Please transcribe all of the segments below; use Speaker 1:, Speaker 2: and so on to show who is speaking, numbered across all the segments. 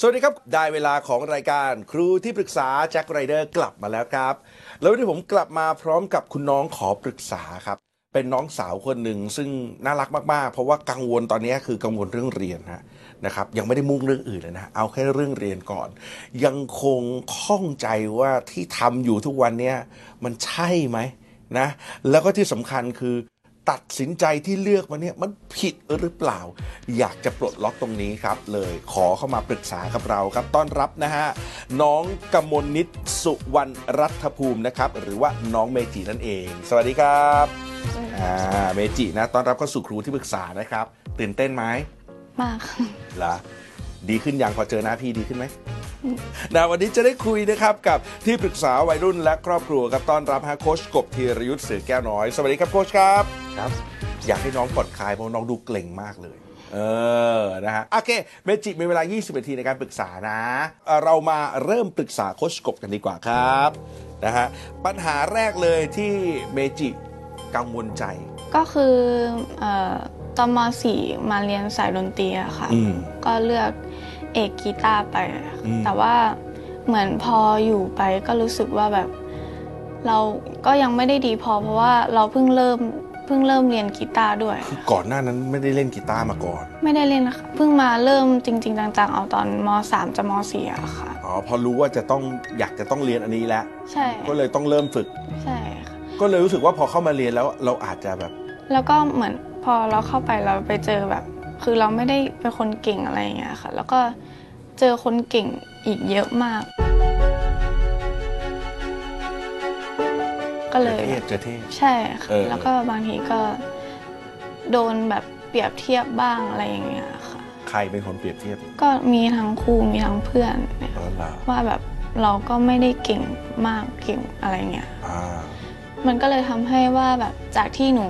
Speaker 1: สวัสดีครับ ได้เวลาของรายการครูที่ปรึกษาแจ็คไรเดอร์กลับมาแล้วครับ แล้ววันนี้ผมกลับมาพร้อมกับคุณน้องขอปรึกษาครับ เป็นน้องสาวคนหนึ่งซึ่งน่ารักมาก ๆ เพราะว่ากังวลตอนนี้คือกังวลเรื่องเรียนนะนะครับ ยังไม่ได้มุ่งเรื่องอื่นเลยนะ เอาแค่เรื่องเรียนก่อน ยังคงข้องใจว่าที่ทำอยู่ทุกวันเนี้ยมันใช่ไหมนะ แล้วก็ที่สำคัญคือ ตัดสินใจที่เลือกมาเนี่ยมันผิดหรือเปล่า อยากจะปลดล็อกตรงนี้ครับ เลยขอเข้ามาปรึกษากับเราครับต้อนรับนะฮะน้องกมลนิตสุวรรณรัฐภูมินะครับ หรือว่าน้องเมจินั่นเอง สวัสดีครับอ่าเมจินะต้อนรับเข้าสู่ครูที่ปรึกษานะครับ ตื่นเต้นไหม
Speaker 2: มาก ค่ะ
Speaker 1: เหรอดีขึ้นยังพอเจอหน้าพี่ดีขึ้นไหมนะวันนี้จะได้คุยนะครับกับที่ปรึกษาวัยรุ่นและครอบครัวครับต้อนรับฮะโคชกบธีรยุทธ์เสือแก้วน้อยสวัสดีครับโคชครับ
Speaker 3: ครับ
Speaker 1: อยากให้น้องผ่อนคลายเพราะน้องดูเกร็งมากเลย เออ นะฮะ โอเค เมจิมีเวลา 20 นาทีในการปรึกษานะเอ่อเรามาเริ่มปรึกษาโคชกบกันดีกว่าครับ นะฮะ ปัญหาแรกเลยที่เมจิกังวลใจ
Speaker 2: ก็คือเอ่อตอนมสี่มาเรียนสายดนตรีอะค่ะ
Speaker 1: อืม
Speaker 2: ก็เลือกเอกกีตาร์ไป
Speaker 1: อืม
Speaker 2: แต่ว่าเหมือนพออยู่ไปก็รู้สึกว่าแบบ เราก็ยังไม่ได้ดีพอเพราะว่าเราเพิ่งเริ่มเพิ่งเริ่มเรียนกีตาร์ด้วย
Speaker 1: คือก่อนหน้านั้นไม่ได้เล่นกีตาร์มาก่อน
Speaker 2: ไม่ได้เล่นนะคะเพิ่งมาเริ่มจริง ๆจังๆเอาตอนมสามจะมสี่อะค่ะ
Speaker 1: อ๋อ พอรู้ว่าจะต้องอยากจะต้องเรียนอันนี้แล้ว
Speaker 2: ใช่
Speaker 1: ก็เลยต้องเริ่มฝึก
Speaker 2: ใช่ค่ะ
Speaker 1: ก็เลยรู้สึกว่าพอเข้ามาเรียนแล้วเราอาจจะแบบ
Speaker 2: แล้วก็เหมือนพอเราเข้าไปเราไปเจอแบบ คือเราไม่ได้เป็นคนเก่งอะไรอย่างเงี้ยค่ะ แล้วก็เจอคนเก่งอีกเยอะมาก ก็เล
Speaker 1: เจอย เทพเจอเทพ
Speaker 2: ใช่ค่ะ
Speaker 1: เออ
Speaker 2: แล้วก็บางทีก็โดนแบบเปรียบเทียบบ้างอะไรอย่างเงี้ยค่ะ
Speaker 1: ใครเป็นคนเปรียบเทียบ
Speaker 2: ก็มีทั้งครูมีทั้งเพื่อนเนี่ย
Speaker 1: เออเหรอ
Speaker 2: ว่าแบบเราก็ไม่ได้เก่งมากเก่งอะไรเงี้ย
Speaker 1: อ่า
Speaker 2: มันก็เลยทำให้ว่าแบบจากที่หนู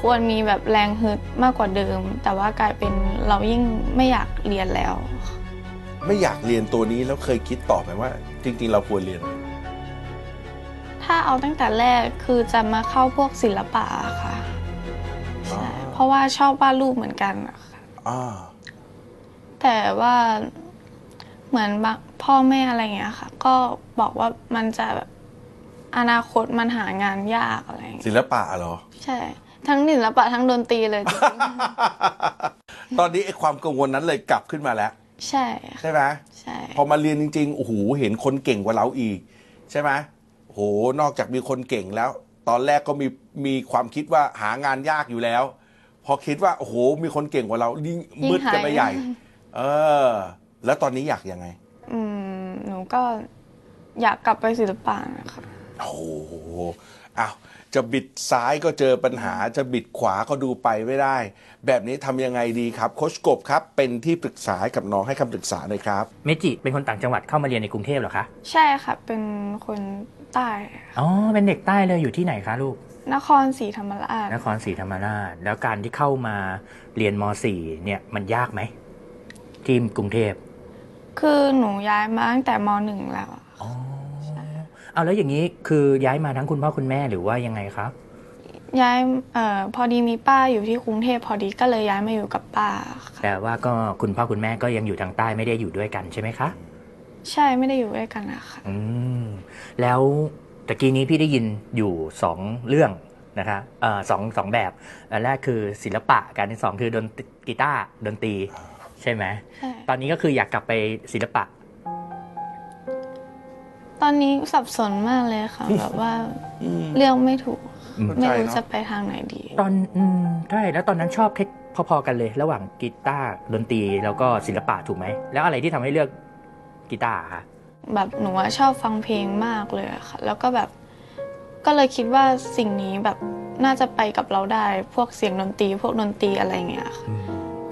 Speaker 2: ควรมีแบบแรงฮึดมากกว่าเดิม แต่ว่ากลายเป็นเรายิ่งไม่อยากเรียนแล้ว
Speaker 1: ไม่อยากเรียนตัวนี้แล้วเคยคิดต่อไหมว่า จริง ๆ เราควรเรียน
Speaker 2: ถ้าเอาตั้งแต่แรกคือจะมาเข้าพวกศิลปะอะค่ะ
Speaker 1: อ๋อ
Speaker 2: ใช่เพราะว่าชอบวาดรูปเหมือนกันอะค่ะ
Speaker 1: อ่า
Speaker 2: แต่ว่าเหมือนบางพ่อแม่อะไรเงี้ยค่ะ ก็บอกว่ามันจะแบบอนาคตมันหางานยากอะไรเงี้ย
Speaker 1: ศิลปะเหรอ
Speaker 2: ใช่ ทั้งศิลปะทั้งดนตรีเลยจริง
Speaker 1: ตอนนี้ไอ้ความกังวลนั้นเลยกลับขึ้นมาแล้ว
Speaker 2: ๆ ใช่ค่ะ
Speaker 1: ใช่ไหม
Speaker 2: ใช่
Speaker 1: พอมาเรียนจริงๆโอ้โหเห็นคนเก่งกว่าเราอีก ใช่ไหมโอ้โหนอกจากมีคนเก่งแล้ว ตอนแรกก็มีมีความคิดว่าหางานยากอยู่แล้ว พอคิดว่าโอ้โหมีคนเก่งกว่าเรายิ่ง
Speaker 2: ยิ่ง
Speaker 1: มืดกันไป
Speaker 2: หาย
Speaker 1: ใหญ่ เออ แล้วตอนนี้อยากยังไง
Speaker 2: อืมหนูก็อยากกลับไปศิลปะนะคะ
Speaker 1: โอ้โหอ้าวจะบิดซ้ายก็เจอปัญหา จะบิดขวาก็ดูไปไม่ได้ แบบนี้ทำยังไงดีครับ โคชกบครับ เป็นที่ปรึกษาให้กับน้องให้คำปรึกษาหน่อยครับ
Speaker 3: เมจิเป็นคนต่างจังหวัดเข้ามาเรียนในกรุงเทพเหรอคะ
Speaker 2: ใช่ค่ะ เป็นคนใต้ค่ะ
Speaker 3: อ๋อเป็นเด็กใต้เลยอยู่ที่ไหนคะลูก
Speaker 2: นครศรีธรรมราช
Speaker 3: นครศรีธรรมราช แล้วการที่เข้ามาเรียนม .4 เนี่ยมันยากไหมที่กรุงเทพ
Speaker 2: คือหนูย้ายมาตั้งแต่มหนึ่งแล้วอะ
Speaker 3: อ๋อเอาแล้วอย่างนี้คือย้ายมาทั้งคุณพ่อคุณแม่หรือว่ายังไงครับ
Speaker 2: ย้ายเอ่อพอดีมีป้าอยู่ที่กรุงเทพพอดีก็เลยย้ายมาอยู่กับป้าค่ะ
Speaker 3: แต่ว่าก็คุณพ่อคุณแม่ก็ยังอยู่ทางใต้ไม่ได้อยู่ด้วยกันใช่ไหมคะ
Speaker 2: ใช่ไม่ได้อยู่ด้วยกันนะคะ
Speaker 3: อืมแล้วตะกี้นี้พี่ได้ยินอยู่สองเรื่องนะคะเอ่อสองสองแบบอันแรกคือศิลปะการที่สองคือดนตรีกีตาร์ดนตรีใช่ไหม
Speaker 2: ใช่
Speaker 3: ตอนนี้ก็คืออยากกลับไปศิลปะ
Speaker 2: ตอนนี้สับสนมากเลยค่ะ แบบว่าเลือกไม่ถูก
Speaker 3: อืม
Speaker 2: ไม่รู้
Speaker 1: เข้าใจเนอะ
Speaker 2: จะไปทางไหนดี
Speaker 3: ตอนอืมใช่แล้วตอนนั้นชอบแค่พอๆกันเลย ระหว่างกีตาร์ดนตรีแล้วก็ศิลปะถูกไหม แล้วอะไรที่ทำให้เลือกกีตาร์อะคะ
Speaker 2: แบบหนูอะชอบฟังเพลงมากเลยอะค่ะ แล้วก็แบบก็เลยคิดว่าสิ่งนี้แบบน่าจะไปกับเราได้ พวกเสียงดนตรี พวกดนตรีอะไรเงี้ยค่ะ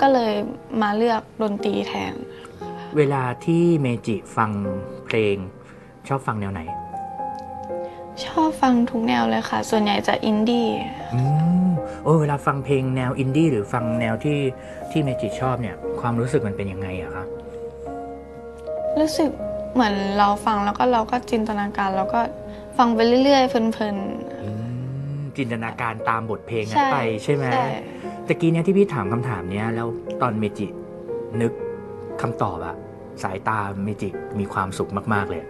Speaker 2: ก็เลยมาเลือกดนตรีแทน
Speaker 3: เวลาที่เมจิฟังเพลงชอบฟังแนวไหน
Speaker 2: ชอบฟังทุกแนวเลยค่ะ ส่วนใหญ่จะอินดี้
Speaker 3: อืมโอ้ยเวลาฟังเพลงแนวอินดี้หรือฟังแนวที่ที่เมจิชอบเนี่ย ความรู้สึกมันเป็นยังไงอะครับ
Speaker 2: รู้สึกเหมือนเราฟังแล้วก็เราก็จินตนาการแล้วก็ฟังไปเรื่อยๆเพลิน
Speaker 3: อืมจินตนาการตามบทเพลง
Speaker 2: ๆ
Speaker 3: นั้นไปใช่ไหม
Speaker 2: ใช่
Speaker 3: ตะกี้เนี่ยที่พี่ถามคำถามเนี้ยแล้วตอนเมจินึกคำตอบอะสายตาเมจิมีความสุขมาก ๆ เลย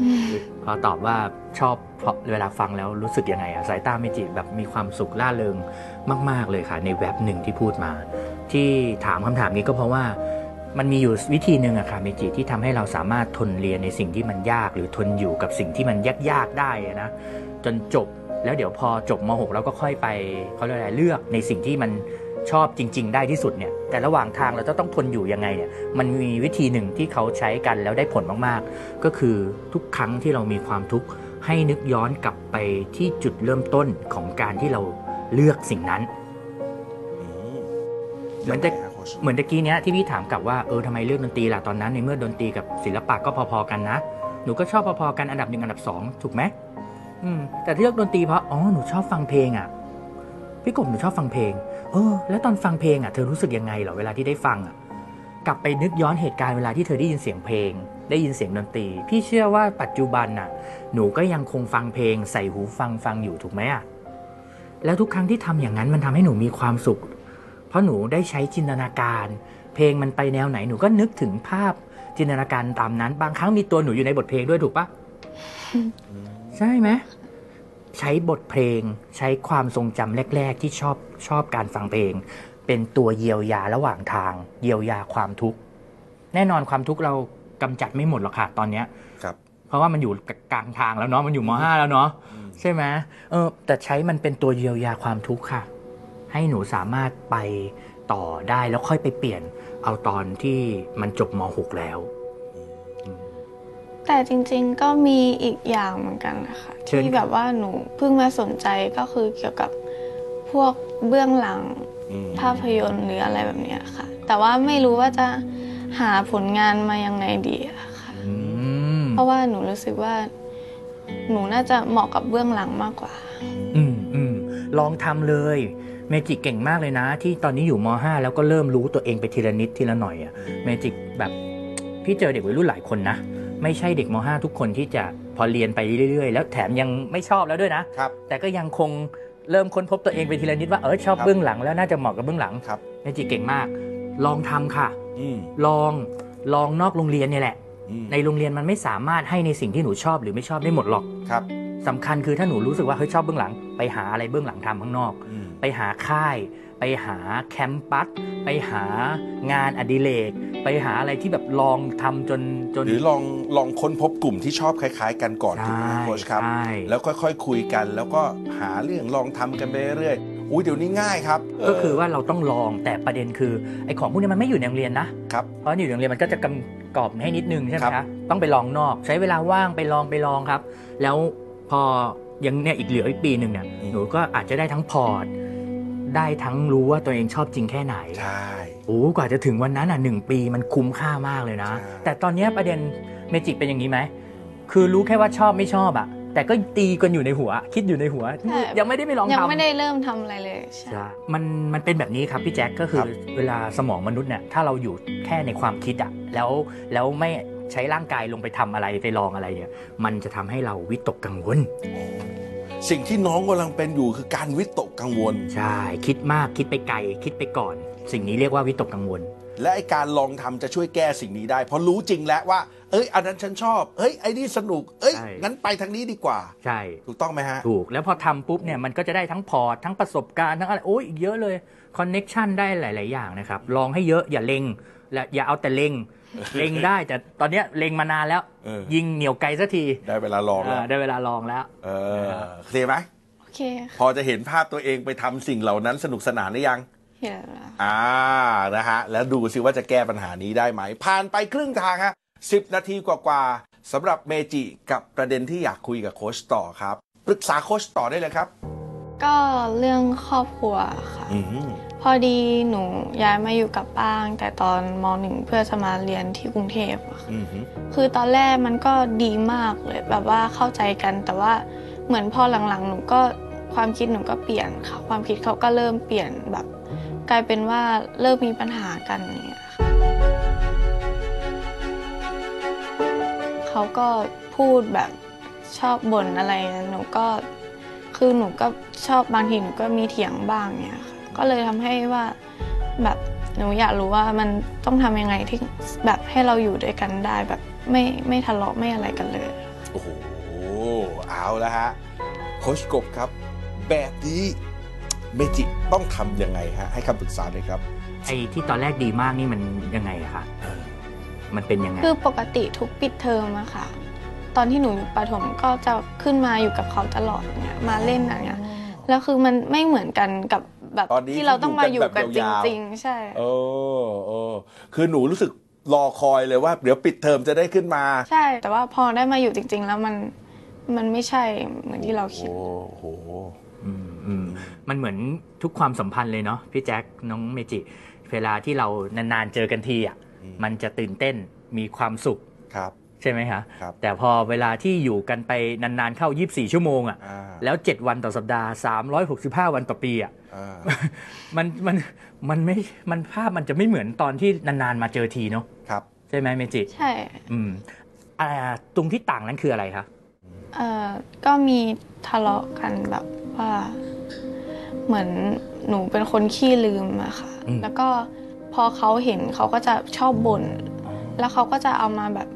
Speaker 2: อืม
Speaker 3: พอตอบว่าชอบเพราะเวลาฟังแล้วรู้สึกยังไงอะสายตาเมจิแบบมีความสุขล่าเริงมาก ๆ เลยค่ะ ในแว็บหนึ่งที่พูดมา ที่ถามคำถามนี้ก็เพราะว่ามันมีอยู่วิธีหนึ่งอะค่ะเมจิที่ทำให้เราสามารถทนเรียนในสิ่งที่มันยาก หรือทนอยู่กับสิ่งที่มันยากๆได้อะนะจนจบแล้วเดี๋ยวพอจบม .6 แล้วก็ค่อยไปเขาเรียกอะไรเลือกในสิ่งที่มันชอบจริง ๆ ได้ที่สุดเนี่ยแต่ระหว่างทางเราจะต้องทนอยู่ยังไงเนี่ยมันมีวิธีหนึ่งที่เขาใช้กันแล้วได้ผลมากๆ ก็คือทุกครั้งที่เรามีความทุกข์ให้นึกย้อนกลับไปที่จุดเริ่มต้นของการที่เราเลือกสิ่งนั้น
Speaker 1: อืม
Speaker 3: เหมือนจะ
Speaker 1: ยังไงฮโค้ช
Speaker 3: เหมือนตะกี้เนี้ยที่พี่ถามกลับว่าเออทำไมเลือกดนตรีล่ะตอนนั้นในเมื่อดนตรีกับศิลปะก็พอๆกันนะ หนูก็ชอบพอๆกันอันดับหนึ่งอันดับสองถูกไหมอืมแต่เลือกดนตรีเพราะอ๋อหนูชอบฟังเพลงอ่ะพี่กบหนูชอบฟังเพลง เออ แล้วตอนฟังเพลงอ่ะเธอรู้สึกยังไงเหรอเวลาที่ได้ฟังอ่ะกลับไปนึกย้อนเหตุการณ์เวลาที่เธอได้ยินเสียงเพลง ได้ยินเสียงดนตรี พี่เชื่อว่าปัจจุบันน่ะ หนูก็ยังคงฟังเพลง ใส่หูฟังฟังอยู่ถูกไหมอ่ะแล้วทุกครั้งที่ทำอย่างนั้นมันทำให้หนูมีความสุข เพราะหนูได้ใช้จินตนาการ เพลงมันไปแนวไหนหนูก็นึกถึงภาพจินตนาการตามนั้น บางครั้งมีตัวหนูอยู่ในบทเพลงด้วยถูกปะใช่ไหมใช้บทเพลง ใช้ความทรงจำแรก ๆ ที่ชอบชอบการฟังเพลง เป็นตัวเยียวยาระหว่างทาง เยียวยาความทุกข์แน่นอนความทุกข์เรากำจัดไม่หมดหรอกค่ะตอนเนี้ย
Speaker 1: ครับ
Speaker 3: เพราะว่ามันอยู่กลางทางแล้วเนาะมันอยู่มห้าแล้วเนาะ
Speaker 1: อืม
Speaker 3: ใช่ไหมเออแต่ใช้มันเป็นตัวเยียวยาความทุกข์ค่ะ ให้หนูสามารถไปต่อได้แล้วค่อยไปเปลี่ยน เอาตอนที่มันจบมหกแล้ว
Speaker 2: แต่จริงๆก็มีอีกอย่างเหมือนกันนะคะ
Speaker 3: เชิญ
Speaker 2: ที่
Speaker 3: ครับ
Speaker 2: แบบว่าหนูเพิ่งมาสนใจก็คือเกี่ยวกับพวกเบื้องหลัง
Speaker 1: อืม
Speaker 2: ภาพยนตร์หรืออะไรแบบเนี้ยค่ะ แต่ว่าไม่รู้ว่าจะหาผลงานมายังไงดีอะค่ะ
Speaker 3: อืม
Speaker 2: เพราะว่าหนูรู้สึกว่า หนูน่าจะเหมาะกับเบื้องหลังมากกว่า
Speaker 3: อืมอืมลองทำเลยเมจิเก่งมากเลยนะ ที่ตอนนี้อยู่มห้าแล้วก็เริ่มรู้ตัวเองไปทีละนิดทีละหน่อยอะเมจิแบบ พี่เจอเด็กวัยรุ่นหลายคนนะ ไม่ใช่เด็กมห้าทุกคนที่จะพอเรียนไปเรื่อยๆ แล้วแถมยังไม่ชอบแล้วด้วยนะ
Speaker 1: ครับ
Speaker 3: แต่ก็ยังคงเริ่มค้นพบตัวเองไปทีละนิดว่าเออชอบ
Speaker 1: ครับ
Speaker 3: เบื้องหลังแล้วน่าจะเหมาะกับเบื้องหลัง
Speaker 1: ครับ
Speaker 3: เมจิเก่งมาก ลองทำค่ะ
Speaker 1: อืม
Speaker 3: ลองลองนอกโรงเรียนเนี่ยแหละ
Speaker 1: อืม
Speaker 3: ในโรงเรียนมันไม่สามารถให้ในสิ่งที่หนูชอบหรือไม่ชอบได้หมดหรอก
Speaker 1: ครับ
Speaker 3: สำคัญคือถ้าหนูรู้สึกว่าเฮ้ยชอบเบื้องหลัง ไปหาอะไรเบื้องหลังทำข้างนอก
Speaker 1: อืม
Speaker 3: ไปหาค่าย ไปหาแคมปัสไปหางานอดิเรกไปหาอะไรที่แบบลองทำจนจน
Speaker 1: หรือลองลองค้นพบกลุ่มที่ชอบคล้าย ๆ กันก่อนถูกไหมโค้ชครับ
Speaker 3: ใช่
Speaker 1: แล้วค่อยๆคุยกันแล้วก็หาเรื่องลองทำกันไปเรื่อยๆอุ้ยเดี๋ยวนี้ง่ายครับเ
Speaker 3: ก็คือว่าเราต้องลองแต่ประเด็นคือไอ้ของพวกนี้มันไม่อยู่ในโรงเรียนนะ
Speaker 1: ครับ
Speaker 3: เพราะอยู่ในโรงเรียนมันก็จะกำกรอบให้นิดนึงใช่ไหม
Speaker 1: ครั
Speaker 3: คะ
Speaker 1: บ
Speaker 3: ต้องไปลองนอกใช้เวลาว่างไปลองไปลองครับ แล้วพอยังเนี่ยอีกเหลืออีกปีหนึ่งเนี่ยหนูก็อาจจะได้ทั้งพอร์ต ได้ทั้งรู้ว่าตัวเองชอบจริงแค่ไหน
Speaker 1: ใช่
Speaker 3: โอ้กว่าจะถึงวันนั้นอ่ะหนึ่งปีมันคุ้มค่ามากเลยนะ
Speaker 1: ใช่
Speaker 3: แต่ตอนเนี้ยประเด็นเมจิเป็นอย่างนี้ไหมคือรู้แค่ว่าชอบไม่ชอบอ่ะ แต่ก็ตีกันอยู่ในหัว คิดอยู่ในหัว
Speaker 2: ใช่
Speaker 3: ยังไม่ได้ไปลอง
Speaker 2: ยัง
Speaker 3: ทำ
Speaker 2: ไม่ได้เริ่มทำอะไรเลยใช่
Speaker 3: มันมันเป็นแบบนี้ครับพี่แจ็คก็คื
Speaker 1: ครั
Speaker 3: อบ เวลาสมองมนุษย์เนี่ยถ้าเราอยู่แค่ในความคิดอะแล้วแล้วไม่ใช้ร่างกายลงไปทำอะไรไปลองอะไรเนี่ยมันจะทำให้เราวิตกกังวล
Speaker 1: สิ่งที่น้องกำลังเป็นอยู่คือการวิตกกังวล
Speaker 3: ใช่ คิดมากคิดไปไกล คิดไปก่อน สิ่งนี้เรียกว่าวิตกกังวล
Speaker 1: และไอการลองทำจะช่วยแก้สิ่งนี้ได้ เพราะรู้จริงแล้วว่า เอ้ย อันนั้นฉันชอบ เอ้ยไอ้นี่สนุก เอ้ย
Speaker 3: ใช่
Speaker 1: งั้นไปทางนี้ดีกว่า
Speaker 3: ใช่
Speaker 1: ถูกต้องไหมฮะ
Speaker 3: ถูกแล้วพอทำปุ๊บเนี่ยมันก็จะได้ทั้งพอร์ตทั้งประสบการณ์ทั้งอะไรโอ้ยอีกเยอะเลยคอนเน็ชันได้หลาย ๆ อย่างนะครับ ลองให้เยอะอย่าเล็งและอย่าเอาแต่เล็ งเล็งได้แต่ตอนเนี้ยเล็งมานานแล้ว
Speaker 1: เออ
Speaker 3: ยิงเหนียวไกลสักที
Speaker 1: ได้เวลาลองแล้ว
Speaker 3: อ่าได้เวลาลองแล้ว
Speaker 1: เออเคลียร์ไหม
Speaker 2: โอเค
Speaker 1: พอจะเห็นภาพตัวเองไปทำสิ่งเหล่านั้นสนุกสนานหรือยัง
Speaker 2: เห็นแล้ว
Speaker 1: อ่า นะฮะ แล้วดูสิว่าจะแก้ปัญหานี้ได้ไหม ผ่านไปครึ่งทางฮะสินาทีกว่าๆสำหรับเมจิกับประเด็นที่อยากคุยกับโค้ชต่อครับ ปรึกษาโค้ชต่อได้เลยครับ
Speaker 2: ก็เรื่องครอบครัวค่ะ
Speaker 1: อืม
Speaker 2: พอดีหนูย้ายมาอยู่กับป้าตั้งแต่ตอนมหนึ่งเพื่อจะมาเรียนที่กรุงเทพอะค่ะ
Speaker 1: อืม
Speaker 2: คือตอนแรกมันก็ดีมากเลย แบบว่าเข้าใจกันแต่ว่า เหมือนพอหลังๆ หนูก็ความคิดหนูก็เปลี่ยนค่ะ ความคิดเขาก็เริ่มเปลี่ยนแบบ กลายเป็นว่าเริ่มมีปัญหากันอย่างเนี่ยค่ะเขาก็พูดแบบชอบบ่นอะไรนะหนูก็คือหนูก็ชอบบางทีหนูก็มีเถียงบ้างเนี่ยค่ะก็เลยทำให้ว่าแบบหนูอยากรู้ว่ามันต้องทำยังไงที่แบบให้เราอยู่ด้วยกันได้แบบไม่ไม่ทะเลาะไม่อะไรกันเลย
Speaker 1: โอ้โห เอาละฮะ โคชกบครับ แบบนี้เมจิต้องทำยังไงฮะ ให้คำปรึกษาเลยครับ
Speaker 3: ไอ้ที่ตอนแรกดีมากนี่มันยังไงอะคะมันเป็นยังไง
Speaker 2: คือปกติทุกปิดเทอมอะค่ะ ตอนที่หนูอยู่ประถมก็จะขึ้นมาอยู่กับเขาตลอดเนี่ยมาเล่นอะไรเงี้ยแล้วคือมันไม่เหมือนกันกับแบบ
Speaker 1: ตอนนี้
Speaker 2: ที่เราต้องมาอยู่กัน
Speaker 1: ที่อ
Speaker 2: จ
Speaker 1: ยู่กันแบบยาว
Speaker 2: ริง ๆ ใช่
Speaker 1: โอ้โอ้คือหนูรู้สึกรอคอยเลยว่า เดี๋ยวปิดเทอมจะได้ขึ้นมา
Speaker 2: ใช่ แต่ว่าพอได้มาอยู่จริง ๆ แล้วมันมันไม่ใช่เหมือนที่เราคิด
Speaker 1: โอ้โห
Speaker 3: อืมอืมมันเหมือนทุกความสัมพันธ์เลยเนาะพี่แจ็คน้องเมจิ เวลาที่เรานานๆเจอกันทีอ่ะ
Speaker 1: อืม
Speaker 3: มันจะตื่นเต้นมีความสุข
Speaker 1: ครับ
Speaker 3: ใช่ไหมคะ
Speaker 1: ครับ
Speaker 3: แต่พอเวลาที่อยู่กันไปนานๆเข้า 24 ชั่วโมงอ่ะ
Speaker 1: อ่า
Speaker 3: แล้ว 7 วันต่อสัปดาห์ 365 วันต่อปีอ่ะ
Speaker 1: อ่า
Speaker 3: มันมันมันไม่มันภาพมันจะไม่เหมือนตอนที่นานๆมาเจอทีเนาะ
Speaker 1: ครับ
Speaker 3: ใช่ไหมเมจิ
Speaker 2: ใช่
Speaker 3: อืมอ่าตรงที่ต่างนั้นคืออะไรคะ
Speaker 2: เอ่อก็มีทะเลาะกันแบบว่า เหมือนหนูเป็นคนขี้ลืมอะค่ะ แล้วก็พอเขาเห็นเขาก็จะชอบบ่น แล้วเขาก็จะเอามาแบบ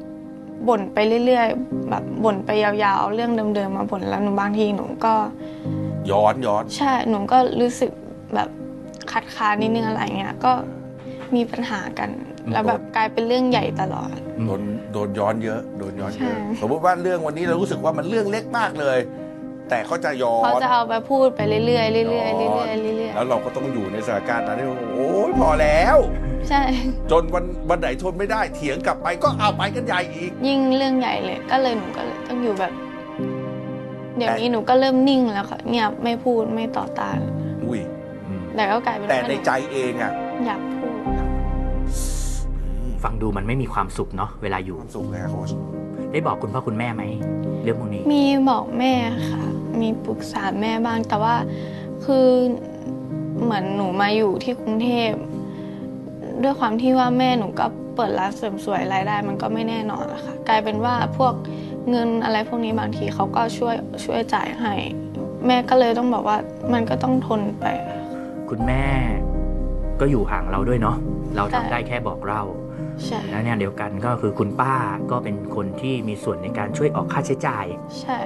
Speaker 2: บ่นไปเรื่อยๆ แบบบ่นไปยาวๆเอาเรื่องเดิมๆมาบ่นแล้วหนูบางทีหนูก็
Speaker 1: ย้อนย้อน
Speaker 2: ใช่หนูก็รู้สึกแบบคัดค้านนิดนึงอะไรเงี้ยก็มีปัญหากัน แล้วแบบกลายเป็นเรื่องใหญ่ตลอด
Speaker 3: อืม
Speaker 1: โดนโดนย้อนเยอะโดนย้อนเยอะ
Speaker 2: ใช่
Speaker 1: สมมติว่าเรื่องวันนี้เรารู้สึกว่ามันเรื่องเล็กมากเลย แต่เขาจะย้อน
Speaker 2: เขาจะเอาไปพูดไปเรื่อยๆเรื่อยๆเรื่อยๆเรื่อย
Speaker 1: แล้วเราก็ต้องอยู่ในสถานการณ์นั้นที่โอ้ยพอแล้ว
Speaker 2: ๆใช่
Speaker 1: จนวันวันไหนทนไม่ได้เถียงกลับไปก็เอาไปกันใหญ่อีก
Speaker 2: ยิ่งเรื่องใหญ่เลยก็เลยหนูก็เลยต้องอยู่แบบ เดี๋ยวนี้หนูก็เริ่มนิ่งแล้วค่ะเงียบไม่พูดไม่ต่อต้าน
Speaker 1: อุ้ย
Speaker 3: อืม
Speaker 2: แต่ก็กลายเป็น
Speaker 1: แต่
Speaker 2: ว่าห
Speaker 1: ในใจเองอะ
Speaker 2: อยากพูด
Speaker 3: ฟังดูมันไม่มีความสุขเนาะเวลาอยู่
Speaker 1: ความสุขเลยอะโค้ช
Speaker 3: ได้บอกคุณพ่อคุณแม่ไหมเรื่องพวกนี้
Speaker 2: มีบอกแม่ค่ะ มีปรึกษาแม่บ้าง แต่ว่าคือเหมือนหนูมาอยู่ที่กรุงเทพ ด้วยความที่ว่าแม่หนูก็เปิดร้านเสริมสวยรายได้ มันก็ไม่แน่นอนละค่ะ กลายเป็นว่าพวกเงินอะไรพวกนี้บางทีเขาก็ช่วยช่วยจ่ายให้ แม่ก็เลยต้องบอกว่ามันก็ต้องทนไป
Speaker 3: คุณแม่ก็อยู่ห่างเราด้วยเนาะเราทำ
Speaker 2: ใช่
Speaker 3: ได้แค่บอกเรา
Speaker 2: ใช่
Speaker 3: แล้วเนี่ยเดียวกันก็คือคุณป้าก็เป็นคนที่มีส่วนในการช่วยออกค่าใช้จ่าย
Speaker 2: ใช่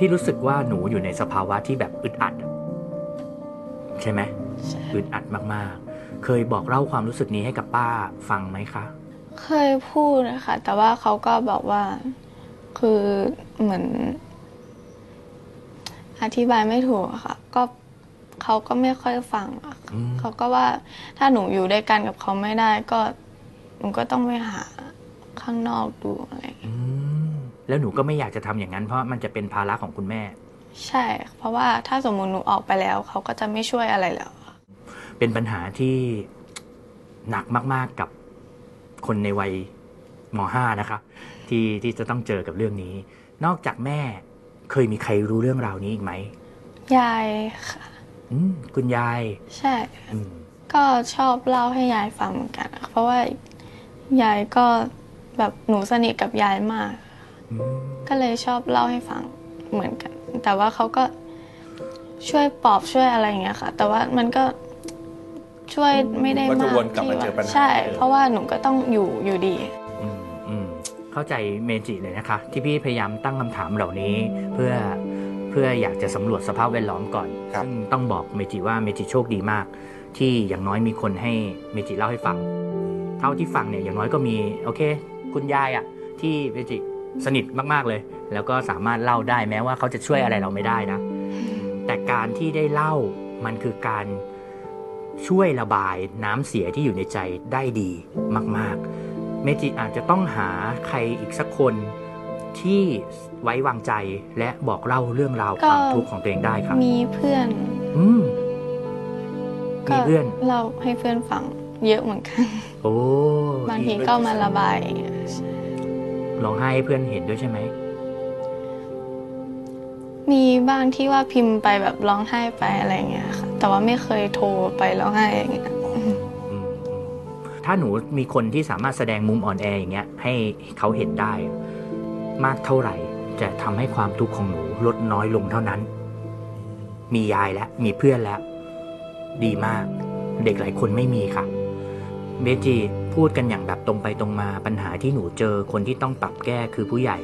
Speaker 3: พี่รู้สึกว่าหนูอยู่ในสภาวะที่แบบอึดอัดอะใช่ไหม
Speaker 2: ใช่
Speaker 3: อึดอัดมากๆ เคยบอกเล่าความรู้สึกนี้ให้กับป้าฟังไหมคะ
Speaker 2: เคยพูดนะคะแต่ว่าเขาก็บอกว่าคือเหมือน อธิบายไม่ถูกอะค่ะ ก็เขาก็ไม่ค่อยฟังอะค่ะ
Speaker 3: อืม
Speaker 2: เขาก็ว่าถ้าหนูอยู่ด้วยกันกับเขาไม่ได้ก็หนูก็ต้องไปหาข้างนอกดูอะไรอย่างเงี้ย
Speaker 3: อืมแล้วหนูก็ไม่อยากจะทำอย่างนั้นเพราะมันจะเป็นภาระของคุณแม่
Speaker 2: ใช่ เพราะว่าถ้าสมมติหนูออกไปแล้ว เขาก็จะไม่ช่วยอะไรแล้วอะ
Speaker 3: เป็นปัญหาที่หนักมาก ๆ กับคนในวัยม .5 นะครับที่ที่จะต้องเจอกับเรื่องนี้ นอกจากแม่เคยมีใครรู้เรื่องราวนี้อีกไหม
Speaker 2: ยายค่ะ
Speaker 3: อืมคุณยาย
Speaker 2: ใช่
Speaker 3: อืม
Speaker 2: ก็ชอบเล่าให้ยายฟังเหมือนกันอะเพราะว่ายายก็แบบหนูสนิทกับยายมาก
Speaker 3: อืม
Speaker 2: ก็เลยชอบเล่าให้ฟังเหมือนกัน แต่ว่าเขาก็ช่วยปลอบช่วยอะไรอย่างเงี้ยค่ะ แต่ว่ามันก็ช่วยไม่ได้มาก
Speaker 1: ก็จะวนกลับมาเจอปัญหา
Speaker 2: ใช่
Speaker 1: ดิม
Speaker 2: เพราะว่าหนูก็ต้องอยู่อยู่ดี
Speaker 3: อืมอืมเข้าใจเมจิเลยนะคะ ที่พี่พยายามตั้งคำถามเหล่านี้ เพื่อเพื่ออยากจะสำรวจสภาพแวดล้อมก่อน
Speaker 1: ครับ
Speaker 3: ซึ่งต้องบอกเมจิว่าเมจิโชคดีมาก ที่อย่างน้อยมีคนให้เมจิเล่าให้ฟัง เท่าที่ฟังเนี่ยอย่างน้อยก็มีโอเค คุณยายอะที่เบจิสนิทมากๆเลย แล้วก็สามารถเล่าได้แม้ว่าเขาจะช่วยอะไรเราไม่ได้นะ แต่การที่ได้เล่ามันคือการช่วยระบายน้ำเสียที่อยู่ในใจได้ดีมากๆ เมจิอาจจะต้องหาใครอีกสักคนที่ไว้วางใจและบอกเล่าเรื่องราวความทุกข์ของตัวเองได้ครับ
Speaker 2: มีเพื่อน
Speaker 3: อืมมีเพื่อน
Speaker 2: เล่าให้เพื่อนฟังเยอะเหมือนกัน
Speaker 3: โอ้
Speaker 2: บาง
Speaker 3: ดี
Speaker 2: ทีก็มาระบายอย่างเงี้ย
Speaker 3: ร้องไห้ให้เพื่อนเห็นด้วยใช่ไหม
Speaker 2: มีบ้างที่ว่าพิมพ์ไปแบบร้องไห้ไปอะไรเงี้ยค่ะ แต่ว่าไม่เคยโทรไปร้องไห้อย่างเงี้ย
Speaker 3: อืมอืมถ้าหนูมีคนที่สามารถแสดงมุมอ่อนแออย่างเงี้ยให้เขาเห็นได้ มากเท่าไหร่ จะทำให้ความทุกข์ของหนูลดน้อยลงเท่านั้น มียายแล้วมีเพื่อนแล้ว ดีมาก เด็กหลายคนไม่มีค่ะเบจีพูดกันอย่างแบบตรงไปตรงมาปัญหาที่หนูเจอคนที่ต้องปรับแก้คือผู้ใหญ่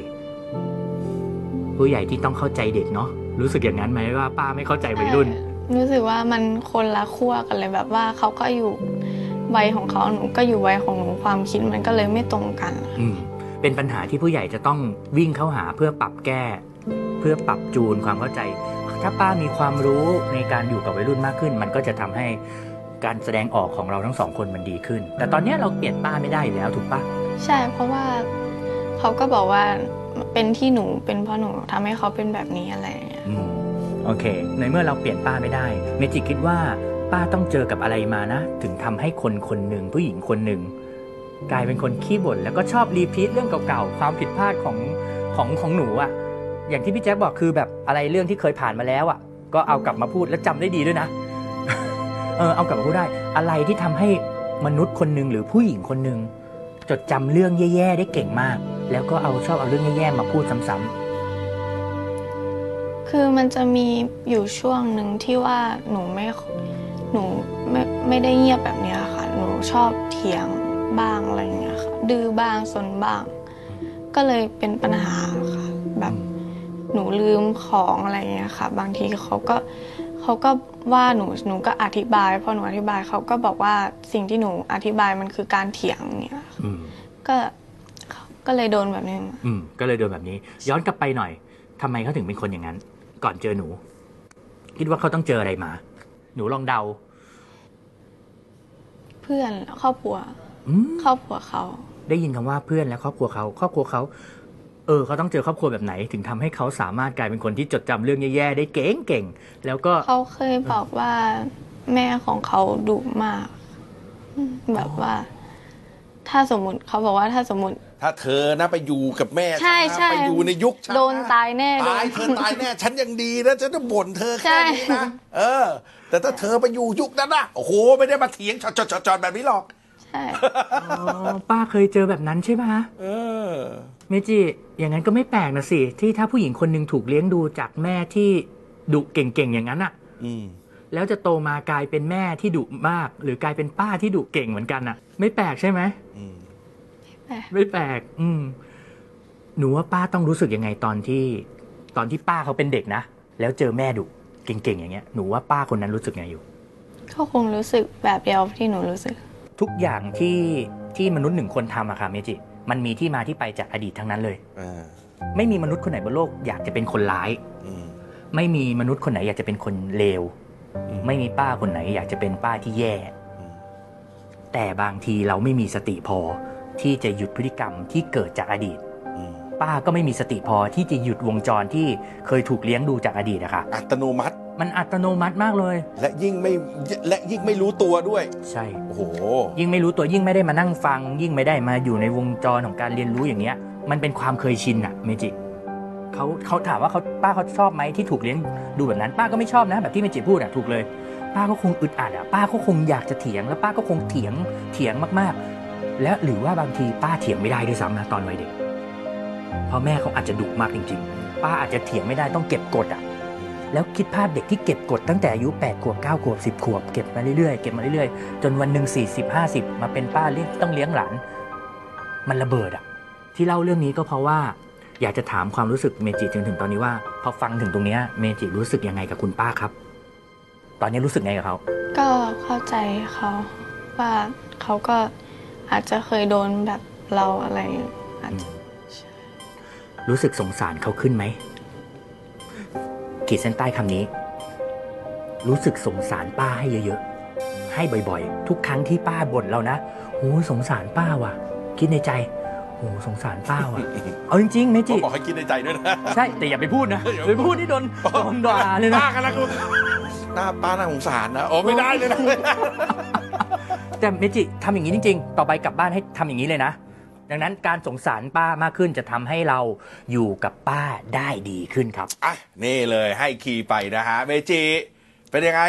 Speaker 3: ผู้ใหญ่ที่ต้องเข้าใจเด็กเนาะรู้สึกอย่างนั้นไหมว่าป้าไม่เข้าใจวัยรุ่น
Speaker 2: รู้สึกว่ามันคนละขั้วกันเลยแบบว่าเขาก็อยู่วัยของเขาหนูก็อยู่วัยของหนูความคิดมันก็เลยไม่ตรงกัน
Speaker 3: อืมเป็นปัญหาที่ผู้ใหญ่จะต้องวิ่งเข้าหาเพื่อปรับแก้ เพื่อปรับจูนความเข้าใจ ถ้าป้ามีความรู้ในการอยู่กับวัยรุ่นมากขึ้น มันก็จะทำให้การแสดงออกของเราทั้งสองคนมันดีขึ้น แต่ตอนเนี้ยเราเปลี่ยนป้าไม่ได้อยู่แล้วถูกป้า
Speaker 2: ใช่เพราะว่าเขาก็บอกว่าเป็นที่หนูเป็นเพราะหนูทำให้เขาเป็นแบบนี้อะไรอย่างเงี้ย
Speaker 3: อืมโอเค ในเมื่อเราเปลี่ยนป้าไม่ได้เมจิคิดว่าป้าต้องเจอกับอะไรมานะ ถึงทำให้คนคนหนึ่งผู้หญิงคนหนึ่งกลายเป็นคนขี้บ่นแล้วก็ชอบรีพีทเรื่องเก่าๆความผิดพลาดของของของหนูอะ อย่างที่พี่แจ๊คบอกคือแบบอะไรเรื่องที่เคยผ่านมาแล้วอ่ะ ก็เอากลับมาพูดและจำได้ดีด้วยนะ เออเอากลับมาพูดได้ อะไรที่ทำให้มนุษย์คนหนึ่งหรือผู้หญิงคนหนึ่งจดจำเรื่องแย่ๆได้เก่งมาก แล้วก็เอาชอบเอาเรื่องแย่ๆมาพูดซ้ำ
Speaker 2: คือมันจะมีอยู่ช่วงหนึ่งที่ว่าหนูไม่หนูไม่ไม่ได้เงียบแบบเนี้ยค่ะ หนูชอบเถียงบ้างอะไรอย่างเงี้ยค่ะดื้อบ้างซนบ้าง ก็เลยเป็นปัญหาค่ะแบบ
Speaker 3: ๆ
Speaker 2: หนูลืมของอะไรอย่างเงี้ยค่ะ บางทีเขาก็เขาก็ว่าหนูหนูก็อธิบายพอหนูอธิบายเขาก็บอกว่าสิ่งที่หนูอธิบายมันคือการเถียงเนี่ยค่ะ
Speaker 3: อืม
Speaker 2: ก็ก็เลยโดนแบบนี้มา
Speaker 3: อืม ก็เลยโดนแบบนี้ ย้อนกลับไปหน่อยทำไมเขาถึงเป็นคนอย่างนั้น ก่อนเจอหนู คิดว่าเขาต้องเจออะไรมา หนูลองเดา
Speaker 2: เพื่อนครอบครัว
Speaker 3: อืม
Speaker 2: ครอบครัวเขา
Speaker 3: ได้ยินคำว่าเพื่อนและครอบครัวเขาครอบครัวเขา เออเขาต้องเจอครอบครัวแบบไหน ถึงทำให้เขาสามารถกลายเป็นคนที่จดจำเรื่องแย่ๆได้เก่งเก่งๆแล้วก็
Speaker 2: เขาเคยบอกว่าแม่ของเขาดุมากอืมแบบว่า ถ้าสมมติเขาบอกว่าถ้าสมมติ
Speaker 1: ถ้าเธอนะไปอยู่กับแม่
Speaker 2: ใช่
Speaker 1: ฉันนะ
Speaker 2: ใช่
Speaker 1: ไปอยู่ในยุคฉัะ
Speaker 2: โดนตายแน่
Speaker 1: ตาย
Speaker 2: โดน
Speaker 1: เธอตายแน่ ฉันยังดีนะฉันจะบ่นเธอ
Speaker 2: ใช่
Speaker 1: แค่นี้นะเออ แต่ถ้าเธอไปอยู่ยุคนั้นนะโอ้โหไม่ได้มาเถียงจอดๆๆๆแบบนี้หรอก
Speaker 2: ใช่
Speaker 3: อ๋อป้าเคยเจอแบบนั้นใช่ไหมคะ
Speaker 1: เออ
Speaker 3: เมจิอย่างนั้นก็ไม่แปลกนะสิที่ถ้าผู้หญิงคนหนึ่งถูกเลี้ยงดูจากแม่ที่ดุเก่งๆอย่างนั้นอะ
Speaker 1: อืม
Speaker 3: แล้วจะโตมากลายเป็นแม่ที่ดุมาก หรือกลายเป็นป้าที่ดุเก่งเหมือนกันอะไม่แปลกใช่ไหม
Speaker 1: อืม
Speaker 3: ไม่แปลก อืม หนูว่าป้าต้องรู้สึกยังไงตอนที่ ตอนที่ป้าเขาเป็นเด็กนะ แล้วเจอแม่ดุเก่งๆ อย่างเงี้ย หนูว่าป้าคนนั้นรู้สึกไงอยู่
Speaker 2: เขาคงรู้สึกแบบเดียวที่หนูรู้สึก
Speaker 3: ทุกอย่างที่ที่มนุษย์หนึ่งคนทำอะค่ะเมจิ มันมีที่มาที่ไปจากอดีตทั้งนั้นเลย
Speaker 1: อ่า
Speaker 3: ไม่มีมนุษย์คนไหนบนโลกอยากจะเป็นคนร้าย
Speaker 1: อืม
Speaker 3: ไม่มีมนุษย์คนไหนอยากจะเป็นคนเลว
Speaker 1: อืม
Speaker 3: ไม่มีป้าคนไหนอยากจะเป็นป้าที่แย่
Speaker 1: อืม
Speaker 3: แต่บางทีเราไม่มีสติพอ ที่จะหยุดพฤติกรรมที่เกิดจากอดีต
Speaker 1: อืม
Speaker 3: ป้าก็ไม่มีสติพอที่จะหยุดวงจรที่เคยถูกเลี้ยงดูจากอดีตนะคะ
Speaker 1: อัตโนมัติ
Speaker 3: มันอัตโนมัติมากเลย
Speaker 1: และยิ่งไม่ และยิ่งไม่รู้ตัวด้วย
Speaker 3: ใช่
Speaker 1: โอ้โห
Speaker 3: ยิ่งไม่รู้ตัวยิ่งไม่ได้มานั่งฟัง ยิ่งไม่ได้มาอยู่ในวงจรของการเรียนรู้อย่างเงี้ย มันเป็นความเคยชินอะเมจิเขาเขาถามว่าเขาป้าเขาชอบไหมที่ถูกเลี้ยงดูแบบนั้น ป้าก็ไม่ชอบนะ แบบที่เมจิพูดอะถูกเลย ป้าก็คงอึดอัดอะป้าก็คงอยากจะเถียงแล้วป้าก็คงเถียงเถียงมากๆ และหรือว่าบางทีป้าเถียงไม่ได้ด้วยซ้ำนะตอนวัยเด็กเพราะแม่เขาอาจจะดุมากจริง ๆ ป้าอาจจะเถียงไม่ได้ต้องเก็บกดอะ แล้วคิดภาพเด็กที่เก็บกดตั้งแต่อายุ8ขวบ9ขวบ10ขวบเก็บมาเรื่อยๆเก็บมาเรื่อยๆ จนวันหนึ่ง40 50 มาเป็นป้าเลี้ยงต้องเลี้ยงหลาน มันระเบิดอะที่เล่าเรื่องนี้ก็เพราะว่า อยากจะถามความรู้สึกเมจิจนถึงตอนนี้ว่า พอฟังถึงตรงเนี้ยเมจิรู้สึกยังไงกับคุณป้าครับ ตอนนี้รู้สึกไงกับเขา
Speaker 2: ก็เข้าใจเขาว่าเขาก็อาจจะเคยโดนแบบเราอะไรอาจจะ
Speaker 3: รู้สึกสงสารเขาขึ้นไหมขีดเส้นใต้คำนี้ รู้สึกสงสารป้าให้เยอะๆ ให้บ่อยๆ ทุกครั้งที่ป้าบ่นเรานะโอ้สงสารป้าว่ะ คิดในใจโอ้สงสารป้าว่ะ เอาจริงๆเม
Speaker 1: ผม
Speaker 3: จิ
Speaker 1: บอกให้คิดในใจด้วยนะ
Speaker 3: ใช่ แต่อย่าไปพูดนะอย่าไปพูดนี่โดนโดนด่าเลยนะ
Speaker 1: ป้ากันนะคุณหน้าป้าน่าสงสารนะโอ้ไม่ได้เลยนะ
Speaker 3: แต่เมจิทำอย่างนี้จริง ๆ ต่อไปกลับบ้านให้ทำอย่างนี้เลยนะ ดังนั้นการสงสารป้ามากขึ้นจะทำให้เราอยู่กับป้าได้ดีขึ้นครับ
Speaker 1: อ่ะนี่เลยให้คีย์ไปนะฮะเมจิเป็นยังไง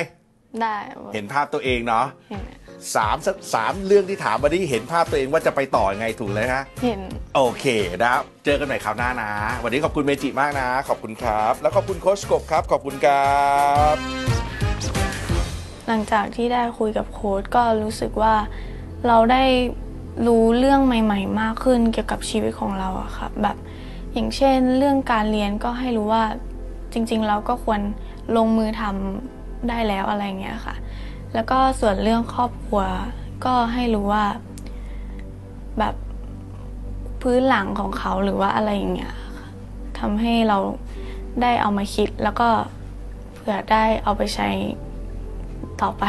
Speaker 2: ได้
Speaker 1: เห็นภาพตัวเองเนาะ
Speaker 2: เห็นไหม
Speaker 1: สามสามเรื่องที่ถามวันนี้เห็นภาพตัวเองว่าจะไปต่อยังไงถูกเลยฮะ
Speaker 2: เห็น
Speaker 1: โอเคนะครับ เจอกันใหม่คราวหน้านะ วันนี้ขอบคุณเมจิมากนะ ขอบคุณครับ แล้วขอบคุณโค้ชกบครับ ขอบคุณครับ
Speaker 2: หลังจากที่ได้คุยกับโค้ดก็รู้สึกว่าเราได้รู้เรื่องใหม่ ๆ มากขึ้นเกี่ยวกับชีวิตของเราอะค่ะแบบอย่างเช่น เรื่องการเรียนก็ให้รู้ว่าจริงๆ เราก็ควรลงมือทำได้แล้วอะไรเงี้ยค่ะ แล้วก็ส่วนเรื่องครอบครัวก็ให้รู้ว่าแบบพื้นหลังของเขาหรือว่าอะไรอย่างเงี้ยค่ะทำให้เราได้เอามาคิดแล้วก็เผื่อได้เอาไปใช้ ต่อไป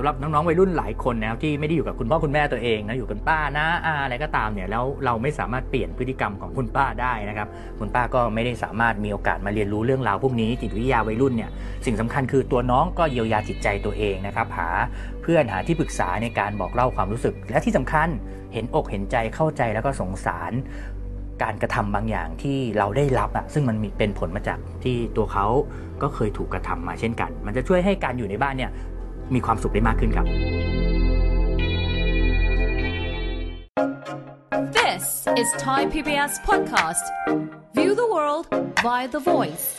Speaker 3: สำหรับน้อง ๆ วัยรุ่นหลายคนนะครับที่ไม่ได้อยู่กับคุณพ่อคุณแม่ตัวเองนะอยู่กับป้านะอาอะไรก็ตามเนี่ยแล้วเราไม่สามารถเปลี่ยนพฤติกรรมของคุณป้าได้นะครับคุณป้าก็ไม่ได้สามารถมีโอกาสมาเรียนรู้เรื่องราวพวกนี้จิตวิทยาวัยรุ่นเนี่ยสิ่งสำคัญคือตัวน้องก็เยียวยาจิตใจตัวเองนะครับหาเพื่อนหาที่ปรึกษาในการบอกเล่าความรู้สึก และที่สำคัญเห็นอกเห็นใจเข้าใจแล้วก็สงสาร การกระทำบางอย่างที่เราได้รับอะซึ่งมันมีเป็นผลมาจากที่ตัวเขาก็เคยถูกกระทำมาเช่นกัน มันจะช่วยให้การอยู่ในบ้านเนี่ยมีความสุขได้มากขึ้นครับ
Speaker 4: This is Thai PBS Podcast. View the world via the voice.